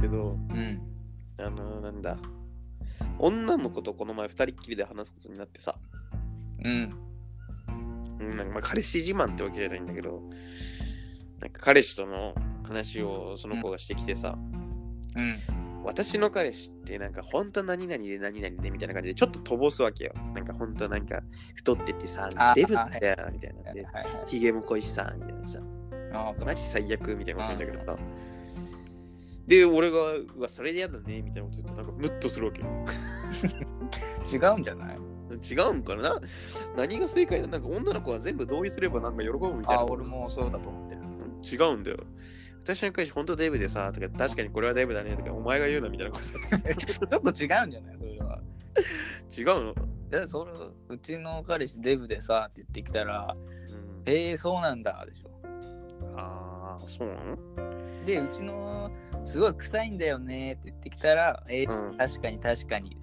けど、うん。あのなんだ。女の子とこの前二人っきりで話すことになってさ、うん。うんなんかまあ彼氏自慢ってわけじゃないんだけど、なんか彼氏との話をその子がしてきてさ、うん。私の彼氏ってなんか本当何々で何々でみたいな感じでちょっととぼすわけよ。なんか本当なんか太っててさあ、ーデブだよみたいな。はいで、はい。ひげも濃いしさ、みたいなさ、ああ、マジ最悪みたいなこと言うんだけどさ。で、俺が、うわ、それで嫌だねみたいなこと言うと、なんかムッとするわけよ。違うんじゃない違うんかな何が正解だなんか女の子は全部同意すればなんか喜ぶみたいあなあ、。俺もそうだと思ってる。違うんだよ。私の彼氏本当デブでさ、とか、確かにこれはデブだね、とか、お前が言うなみたいな ことさ。ちょっと違うんじゃないそれは。違うの、で、それ、うちの彼氏デブでさって言ってきたら、うん、えー、そうなんだでしょ。ああ、そうなので、うちのすごい臭いんだよねって言ってきたら、えー、うん確かに確かに。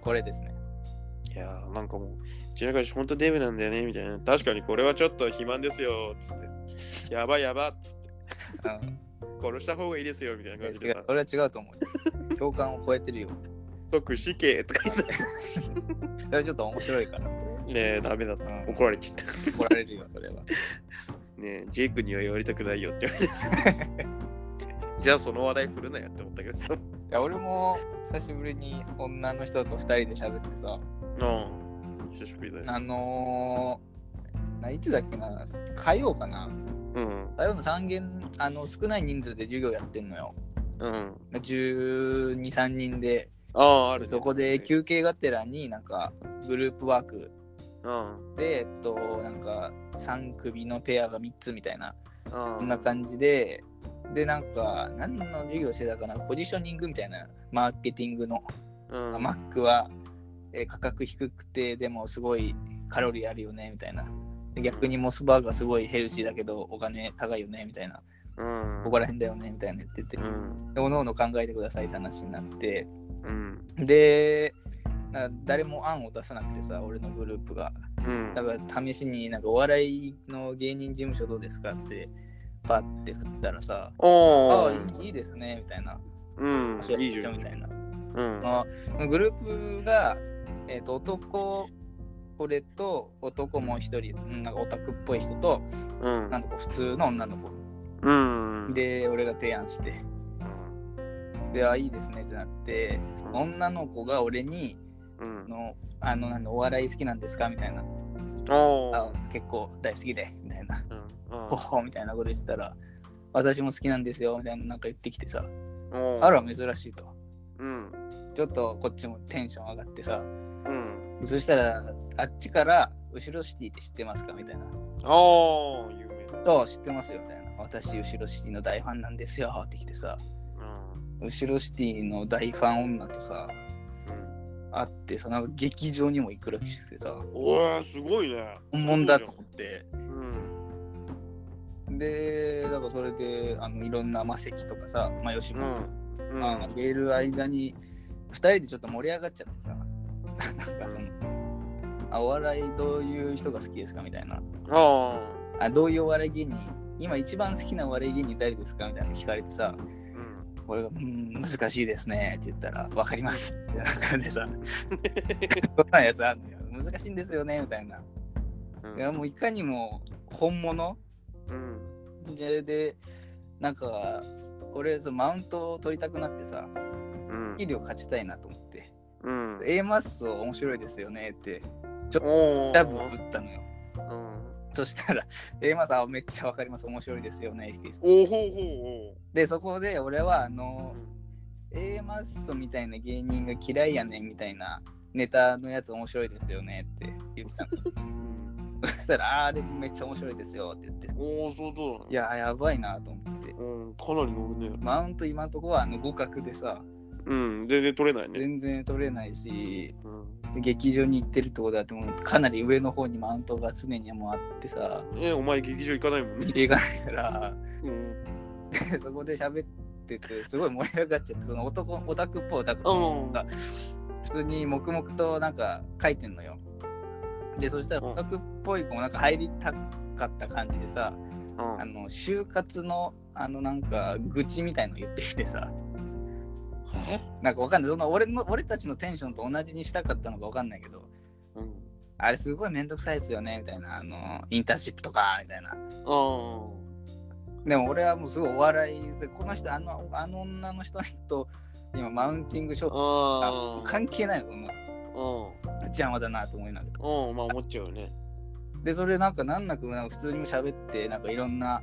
これですね。いやーなんかもう、うちの彼氏本当デブなんだよね、みたいな。確かにこれはちょっと肥満ですよ、つって。やばいやば、つって。うん。殺した方がいいですよ、みたいな感じ違でうさ。俺は違うと思う。共感を超えてるよ。即死刑とか言って。 それはちょっと面白いから。ねえ、ダメだった。うん怒られちゃった。怒られるよ、それは。ねえ、ジェイクには言われたくないよって言われてさ。じゃあその話題振るなよって思ったけどさ。いや俺も久しぶりに女の人と2人で喋ってさうん。久しぶりだね。あのー、ないつだっけな火曜かなうん。火曜の3限あの少ない人数で授業やってんのようん。 123人でああ、あるね、そこで休憩がてらになんかグループワークうん。でえっとなんか3組のペアが3つみたいなうん。こんな感じででなんか何の授業してたかなポジショニングみたいなマーケティングのうん。マックは、えー価格低くてでもすごいカロリーあるよねみたいなで逆にモスバーガーすごいヘルシーだけどお金高いよねみたいなうん。ここら辺だよねみたいなの言ってて、うん。でおのおの考えてくださいって話になってうん。でなんか誰も案を出さなくてさ俺のグループがうん。だから試しになんかお笑いの芸人事務所どうですかってパッて振ったらさ「あおあー。いいですね」みたいなうん「。いいいいじゃん。みたいなうん。まあグループが、えー、と男俺と男もう一人うんなんかオタクっぽい人とうんなんか普通の女の子うん。、で俺が提案してうん。であいいですねってなって女の子が俺にうん。のあのなんだお笑い好きなんですかみたいなおあー。結構大好きでみたいなうんほほみたいなこと言ってたら私も好きなんですよみたいななんか言ってきてさうん。あ。ら珍しいとうん。ちょっとこっちもテンション上がってさうん。そしたら、あっちから、後ろシティって知ってますかみたいな。おー。有名だ。そう、知ってますよ、みたいな。私、後ろシティの大ファンなんですよ、ってきてさ。うん。後ろシティの大ファン女とさ、うん。会ってさ、なんか劇場にも行くらしくてさ、おー、すごいね。本物だと思って。うん。で、だからそれで、あの、いろんな魔石とかさ、まあ、吉う本とか、ん。うまあん。入れる間に、二人でちょっと盛り上がっちゃってさ、なんかその、あ、お笑いどういう人が好きですかみたいな。ああどういうお笑い芸人今一番好きなお笑い芸人誰ですかみたいなの聞かれてさー。うん。俺が「うーん難しいですね」って言ったら「分かります」ってなんかでさ そんなやつあんのよ難しいんですよねみたいなうんいやもういかにも本物うん。ででなんか俺そのマウントを取りたくなってさうん技量勝ちたいなと思ってうん。 A マッソ面白いですよねっておー。ダブを打ったのようん。そしたら A マッソあめっちゃ分かります面白いですよねって言っておーほうほでそこで俺はあうのほう。 A マッソみたいな芸人が嫌いやねんみたいなネタのやつ面白いですよねって言ったのうんそしたら「ああでもめっちゃ面白いですよ」って言っておー、そうそうだね。いやーやばいなと思ってうん、かなり乗るね。マウント今のところはあの互角でさうん、全然取れないね。全然取れないしうん、劇場に行ってるってことだってもうかなり上の方にマウントが常にもうあってさえ、お前劇場行かないもんね。切れがないからうん。で そこで喋っててすごい盛り上がっちゃってその男オタクっぽいオタクっぽいうん。が普通に黙々となんか書いてんのよ。でそしたらうんオタクっぽい子もなんか入りたかった感じでさ、うんあの就活のあのなんか愚痴みたいの言ってきてさえなんかわかんないその俺の俺たちのテンションと同じにしたかったのかわかんないけどうん。あれすごいめんどくさいですよねみたいなあのインターンシップとかみたいなあでも俺はもうすごいお笑いでこの人あのあの女の人と今マウンティングショットあ。うん。関係ないのそんなうん。邪魔だなと思いながらうん。まあ思っちゃうよね。でそれなんか難なくなんか普通にも喋ってなんかいろんな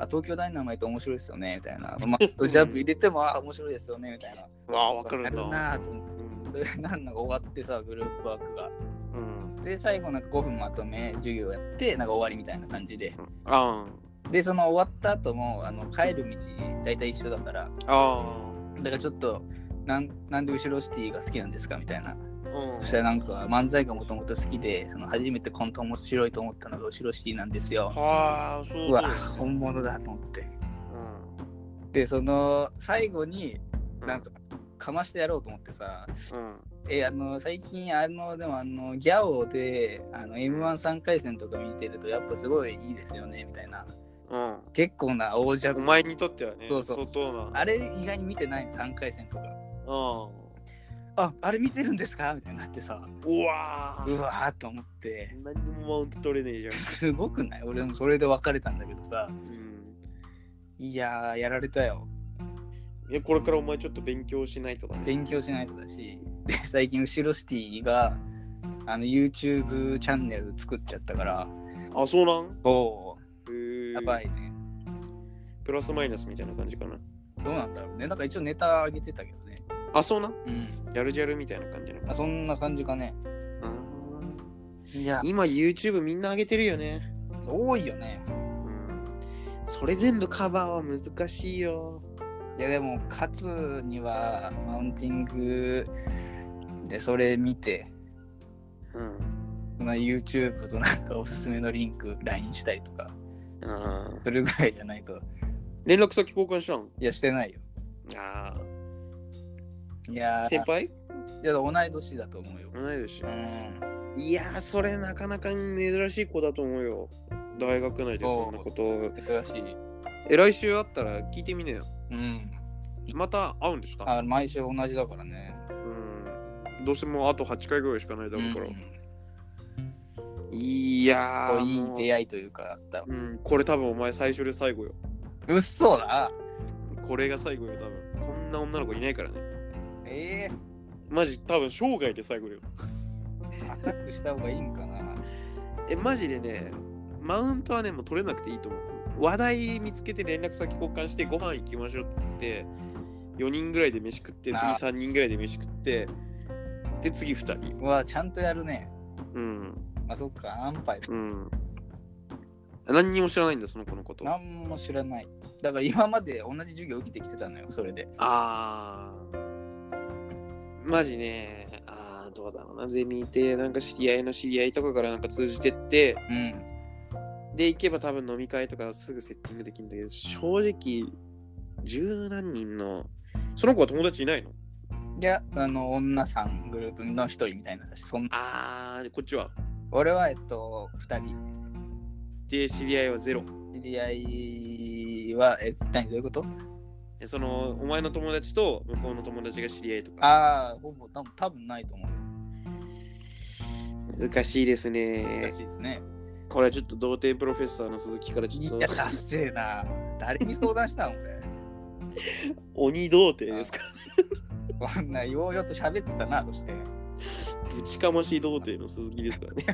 あ東京ダイナマイト面白いですよねみたいな、まあ、ジャブ入れてもあ面白いですよねみたいなうわあ、わかるんやだ。なぁと思うんって でなんなんか終わってさグループワークがうん。で最後なんか5分まとめ授業やってなんか終わりみたいな感じであでその終わった後もあの帰る道大体一緒だからあ。あだからちょっとなんなんで後ろシティが好きなんですかみたいなあ。うんそし。たらなんか漫才がもともと好きでその初めてコント面白いと思ったのが後ろシティなんですよはあ、そううわだ。本物だと思ってうでその最後にん。なんかかましてやろうと思ってさ、うん。えあの最近あのでもあのギャオであの m 1 3回戦とか見てるとやっぱすごいいいですよねみたいなうん。結構な王者お前にとってはね、そうそう相当な。あれ意外に見てないの3回戦とかうん。ああれ見てるんですかみたいになってさうわあう。わーと思って何にもマウント取れねえじすごくない俺もそれで別れたんだけどさゃん。うん。いやーやられたよいや、これからお前ちょっと勉強しないとだね。勉強しないとだしで最近後ろシティがあの YouTube チャンネル作っちゃったからあ、そうなんおへえやば。いねプラスマイナスみたいな感じかな。どうなんだろうねなんか一応ネタ上げてたけどねあ、そうなんうんジャルジャルみたいな感じなのあそんな感じかねうんいや今 YouTube みんな上げてるよね。多いよねうん。それ全部カバーは難しいよ。いやでも勝つにはマウンティングでそれ見てうん。その YouTube となんかおすすめのリンク LINE したりとかうんそれぐらいじゃないと連絡先交換したんいやしてないよあいやあ。ー先輩いや同い年だと思うよ同い年う。んいやー、それなかなか珍しい子だと思うよ。大学内でそんなこと。珍しいえ、来週会ったら聞いてみねよ。うんまた会うんでしょ多分あ毎週同じだからねうん。どうせもうあと8回ぐらいしかないだろうから。うんいやこーういいもう出会いというかあったわうん、これ多分お前最初で最後よ。うっそだこれが最後よ、多分。そんな女の子いないからね。ええマジ、多分生涯で最後よ。アタックした方がいいんかなえ、マジでね、マウントはね、もう取れなくていいと思う。話題見つけて連絡先交換してご飯行きましょうっつって、4人ぐらいで飯食って、あ次3ー人ぐらいで飯食って、で、次2人。うわちゃんとやるねうん。あそっかアンパイうん。何にも知らないんだ、その子のこと。あ何も知らないだから今まで同じ授業受けてきてたのよそれであー。マジね、ああ、どうだろうな、ゼミいて、なんか知り合いの知り合いとかからなんか通じてって、うんで、行けば多分飲み会とかすぐセッティングできるんだけど、正直、十何人の、その子は友達いないのいやあの女さんグループの一人みたいなそんあー、こっちは。俺はえっと2人で、知り合いはゼロ。知り合いはえ何どういうことえその、お前の友達と向こうの友達が知り合いとか。ああほぼ多分多分ないと思うよ難しいですね難し。いですねこれはちょっと童貞プロフェッサーの鈴木からちいょっやと、達成な誰に相談したん俺鬼童貞ですから。こんなようようと喋ってたなそしてぶちかましい童貞の鈴木ですからね。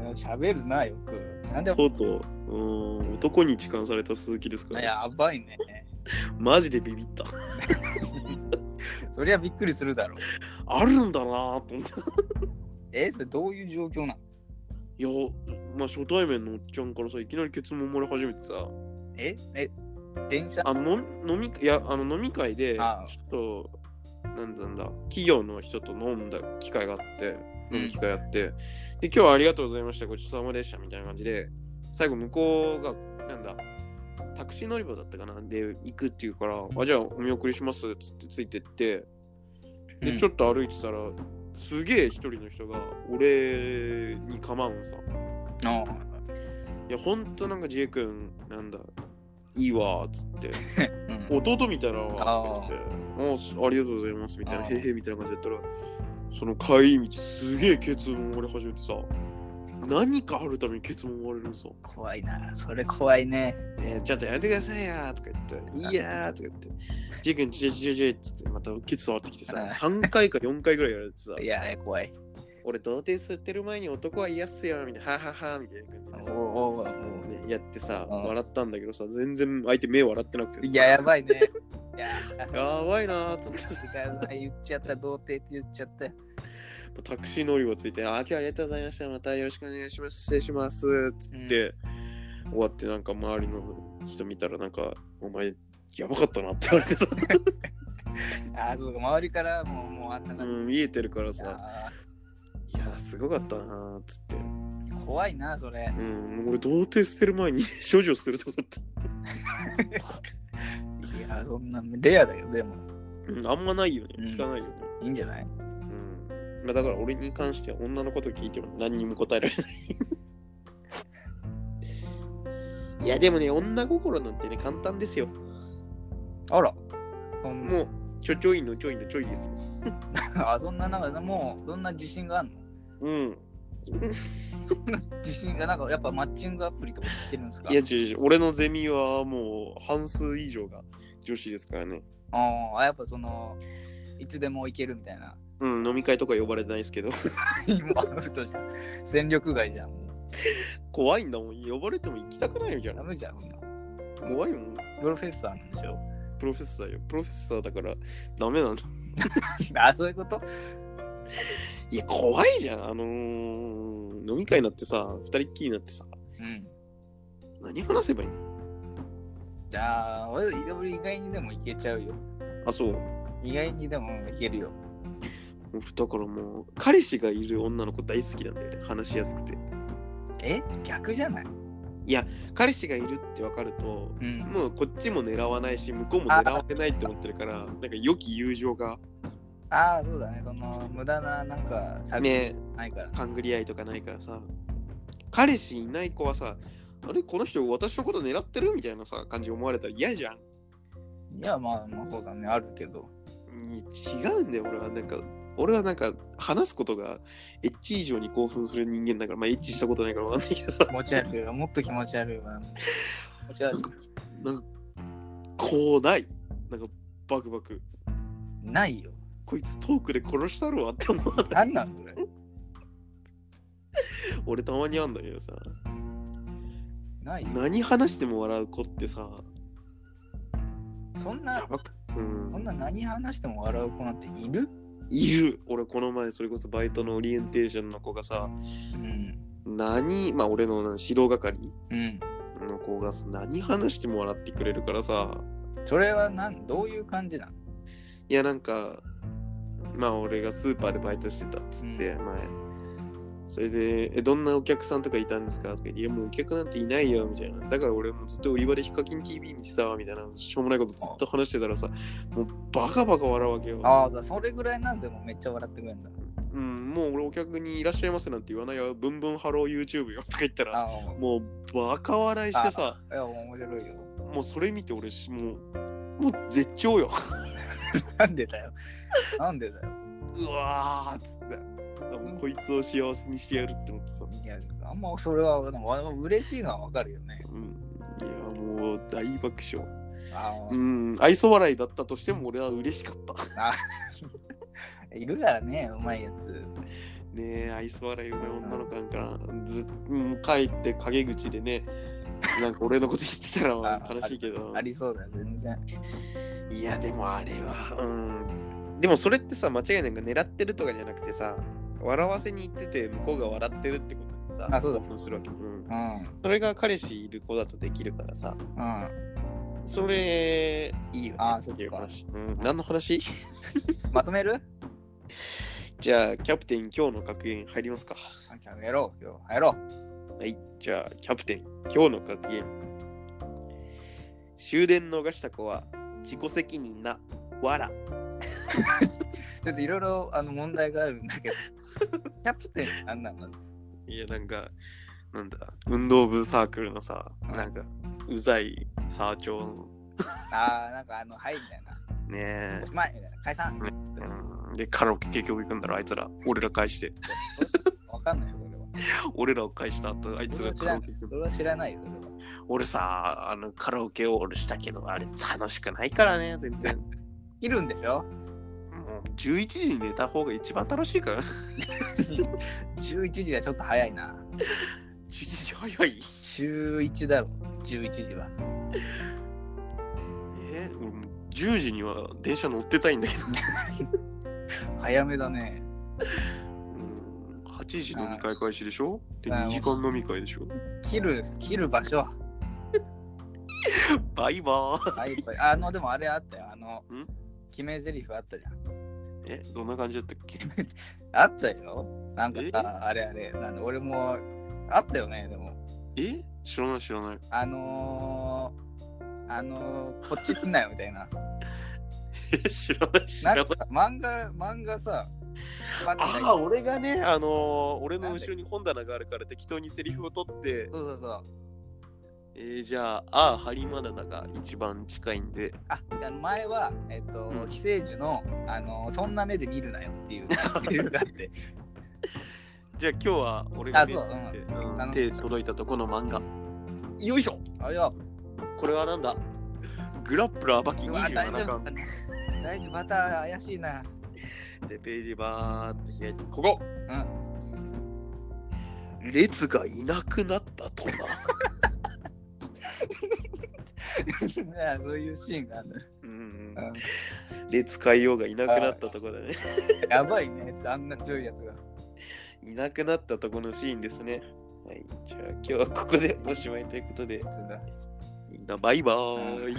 うん喋るなよくなんでとうとう、うーん、男に痴漢された鈴木ですから、ね。やばいねマジでビビった。そりゃびっくりするだろうあるんだなぁと思って。えそれどういう状況なのいや、まあ初対面のおっちゃんからさ、いきなりケツも漏れ始めてさ、ええ電車あの飲みいやあの飲み会で、ちあょあっと、なんだなんだ、企業の人と飲んだ機会があって、うん飲む機会あって、で、今日はありがとうございました、ごちそうさまでしたみたいな感じで、最後向こうが、なんだ、タクシー乗り場だったかな、で、行くっていうから、あ、じゃあお見送りしますっつってついてって、で、うんちょっと歩いてたら、すげえ一人の人が、俺に構うんさ。あいや、ほんとなんか J 君、なんだ、いいわ、つ って。うん弟みたいなわあーとか言って、もうありがとうございますみたいな、あへーへみたいな感じだったら、その帰り道すげえケツも割れ始めてさ、何かあるためにケツも割れるさ、怖いな。それ怖いね。えーちょっとやめてくださいよとか言って、いいやーとか言って、ジェ君、ジェジェジェっつって、またケツ触ってきてさ、うん3回か4回ぐらいやられてさ、いやー、怖い。俺童貞吸ってる前に男は嫌っすよ、みたいな、はははみたいな感じでさお、おおおねやってさ、うん笑ったんだけどさ、全然相手目笑ってなくて、いや、やばいね。いややばいなーと思ってさ。ー、言っちゃった、童貞って言っちゃった。タクシー乗りをついて、あ、今日はありがとうございました。またよろしくお願いします。失礼します。つって、終わってなんか周りの人見たらなんか、お前、やばかったなって言われてさ、ああ、そうか、周りからもう、もうあんなう感ん、見えてるからじ。さ、あいや、すごかったな、つって。ー怖いな、それ。うん、俺、童貞捨てる前に 処女するとこだった。いやー、そんな、レアだよ、でも。うん、あんまないよね。うん聞かないよね。いいんじゃないうん。まあだから俺に関しては女のこと聞いても何にも答えられない。いやでもね、女心なんてね、簡単ですよ。あら。そんな、もう、ちょちょいのちょいのちょいですもん。 あ、そんな、なんか、もう、そんな自信があんのうん。自信が、なんか、やっぱマッチングアプリとか言ってるんですかいや、違う違う、俺のゼミはもう半数以上が女子ですからね。あーあ、やっぱその、いつでも行けるみたいな。 うん、飲み会とか呼ばれてないですけど、 今アウトじゃん。戦力外じゃん。もう怖いんだもん。呼ばれても行きたくないじゃダメじゃん、そんな。ん。怖いもん。プロフェッサーなんでしょ プロフェッサーよ。プロフェッサーだからダメなの。あ、そういうこといや、怖いじゃん。あのー、飲み会になってさ、二人っきりになってさ、うん。何話せばいいのじゃあ、俺俺意外にでもいけちゃうよ。あ、そう。意外にでもいけるよ。僕だからもう、彼氏がいる女の子大好きなんだよね。話しやすくて。え逆じゃない彼氏がいるって分かると、うん。もうこっちも狙わないし向こうも狙われないって思ってるからなんか良き友情がああ、そうだね。その、無駄な、なんか、差ね別ないから。勘ぐり合いとかないからさ彼氏いない子はさあれこの人私のこと狙ってるみたいなさ感じ思われたら嫌じゃんいや、まあ、まあ、そうだね。あるけど。に違うんだよ俺はなんか俺はなんか話すことがエッチ以上に興奮する人間だからまあエッチしたことないからわかんないけどさ気持ち悪いわ。もっと気持ち悪いわ。気持ちな悪んいかなんかこうないなんかバクバクないよ。こいつトークで殺したろわって思う なんなんそれ。俺たまにあんだけどさないよ。何話しても笑う子ってさ、そんなや、ばくうそんん、な何話しても笑う子なんているいる俺この前それこそバイトのオリエンテーションの子がさうん。何まあ俺の指導係うん。の子がさ何話しても笑ってくれるからさそれはなんどういう感じなのいやなんかまあ俺がスーパーでバイトしてたっつって、う前それでえ「どんなお客さんとかいたんですか?」とか言って「いやもうお客なんていないよ」みたいなだから俺もずっと売り場でヒカキン TV 見てたわみたいなしょうもないことずっと話してたらさもうバカバカ笑うわけよああ、じゃあそれぐらいなんでもめっちゃ笑ってくれるんだ。うん、もう俺お客にいらっしゃいませなんて言わないよ。ブンブンハロー YouTube よとか言ったら、ああ、もうバカ笑いしてさ、いや、面白いよ。 もうそれ見て俺し、もう、もう絶頂よ。なんでだよ。なんでだよ。うわーっつって。もうこいつを幸せにしてやるって思ってさ。いや、あんまそれは、でもわ嬉しいのはわかるよね。うん、いや、もう大爆笑。あうん、愛想笑いだったとしても俺は嬉しかった。 あ、いるからね、うまいやつ。ねえ、愛想笑い上手い女の子なんかな。ずうん帰って陰口でね、なんか俺のこと言ってたらあ悲しいけど。ありそうだよ、全然。いやでもあれはうんでもそれってさ間違いなく狙ってるとかじゃなくてさ笑わせに行ってて向こうが笑ってるってことにさあそうだ興奮するわけ、うんう、ん。それが彼氏いる子だとできるからさうん。それいいよねあっていうそっか話うん、何の話まとめるじゃあキャプテン今日の格言入りますかあじゃあやろう、今日。やろう。はいじゃあキャプテン今日の格言終電逃した子は自己責任なわらちょっといろ いろあの問題があるんだけど。キャプテン、あんなの。いや、なんか、なんだ、運動部サークルのさ、んなんか、うざいサー長の、ああ、なんかあの、はいみたいな。ねおしまいみたいな。解散え、うん。で、カラオケ結局行くんだろ、あいつら。俺ら返して。わかんないよ、それは。俺らを返した後、あいつそれらは知カラらオなケい行く。それは知らないよ、それは。俺さ、あの、カラオケを俺したけど、あれ楽しくないからね、全然。切るんでしょもう11時に寝た方が一番楽しいから。 11時はちょっと早いな。 11時早い。中1だろ、11時は。え俺もう10時には電車乗ってたいんだけど。早めだね。うん8時飲み会開始でしょで、あー2時間飲み会でしょ切る、切る場所は。バイバーイ。はい、これあの、でもあれあったよ。あのん、決め台詞あったじゃん。え、どんな感じだったっけあったよ。なんかえさ、あれあれ。なんで俺も、あったよね、でも。え知らない知らない。あのー、あのー、こっち来んなよみたい な。え知らない知らななんいか。漫画、漫画さ、待ってああ、俺がね、あのー俺の後ろに本棚があるから適当にセリフを取って、そうそうそう。えーじゃあ、ああ、ハリマナナが一番近いんで、あ、あの前は、えっと、うん寄生樹の、あのー、そんな目で見るなよっ ていう理由があって、じゃあ今日は俺があ目そうつぶって、んうん手届いたとこの漫画。よいしょあ、いや、これはなんだグラップラーバキうわ、大丈27夫巻。大丈夫、また怪しいな。 でページバーって開いて、ここう列がいなくなったとな。ん。ねそういうシーンがある。 うんう、ん列変えようがいなくなったとこだね。やばいね、あんな強いやつが。いなくなったとこのシーンですね。はい、じゃあ今日はここでおしまいということで、やつがみんなバイバーイ。